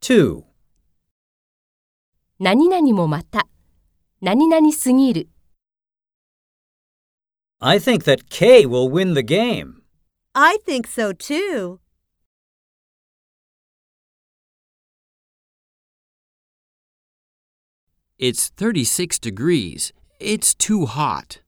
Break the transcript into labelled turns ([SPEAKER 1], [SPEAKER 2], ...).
[SPEAKER 1] 2.
[SPEAKER 2] 何々もまた、何々すぎる、
[SPEAKER 1] I think that K will win the game.
[SPEAKER 3] I think so too.
[SPEAKER 4] It's 36 degrees. It's too hot.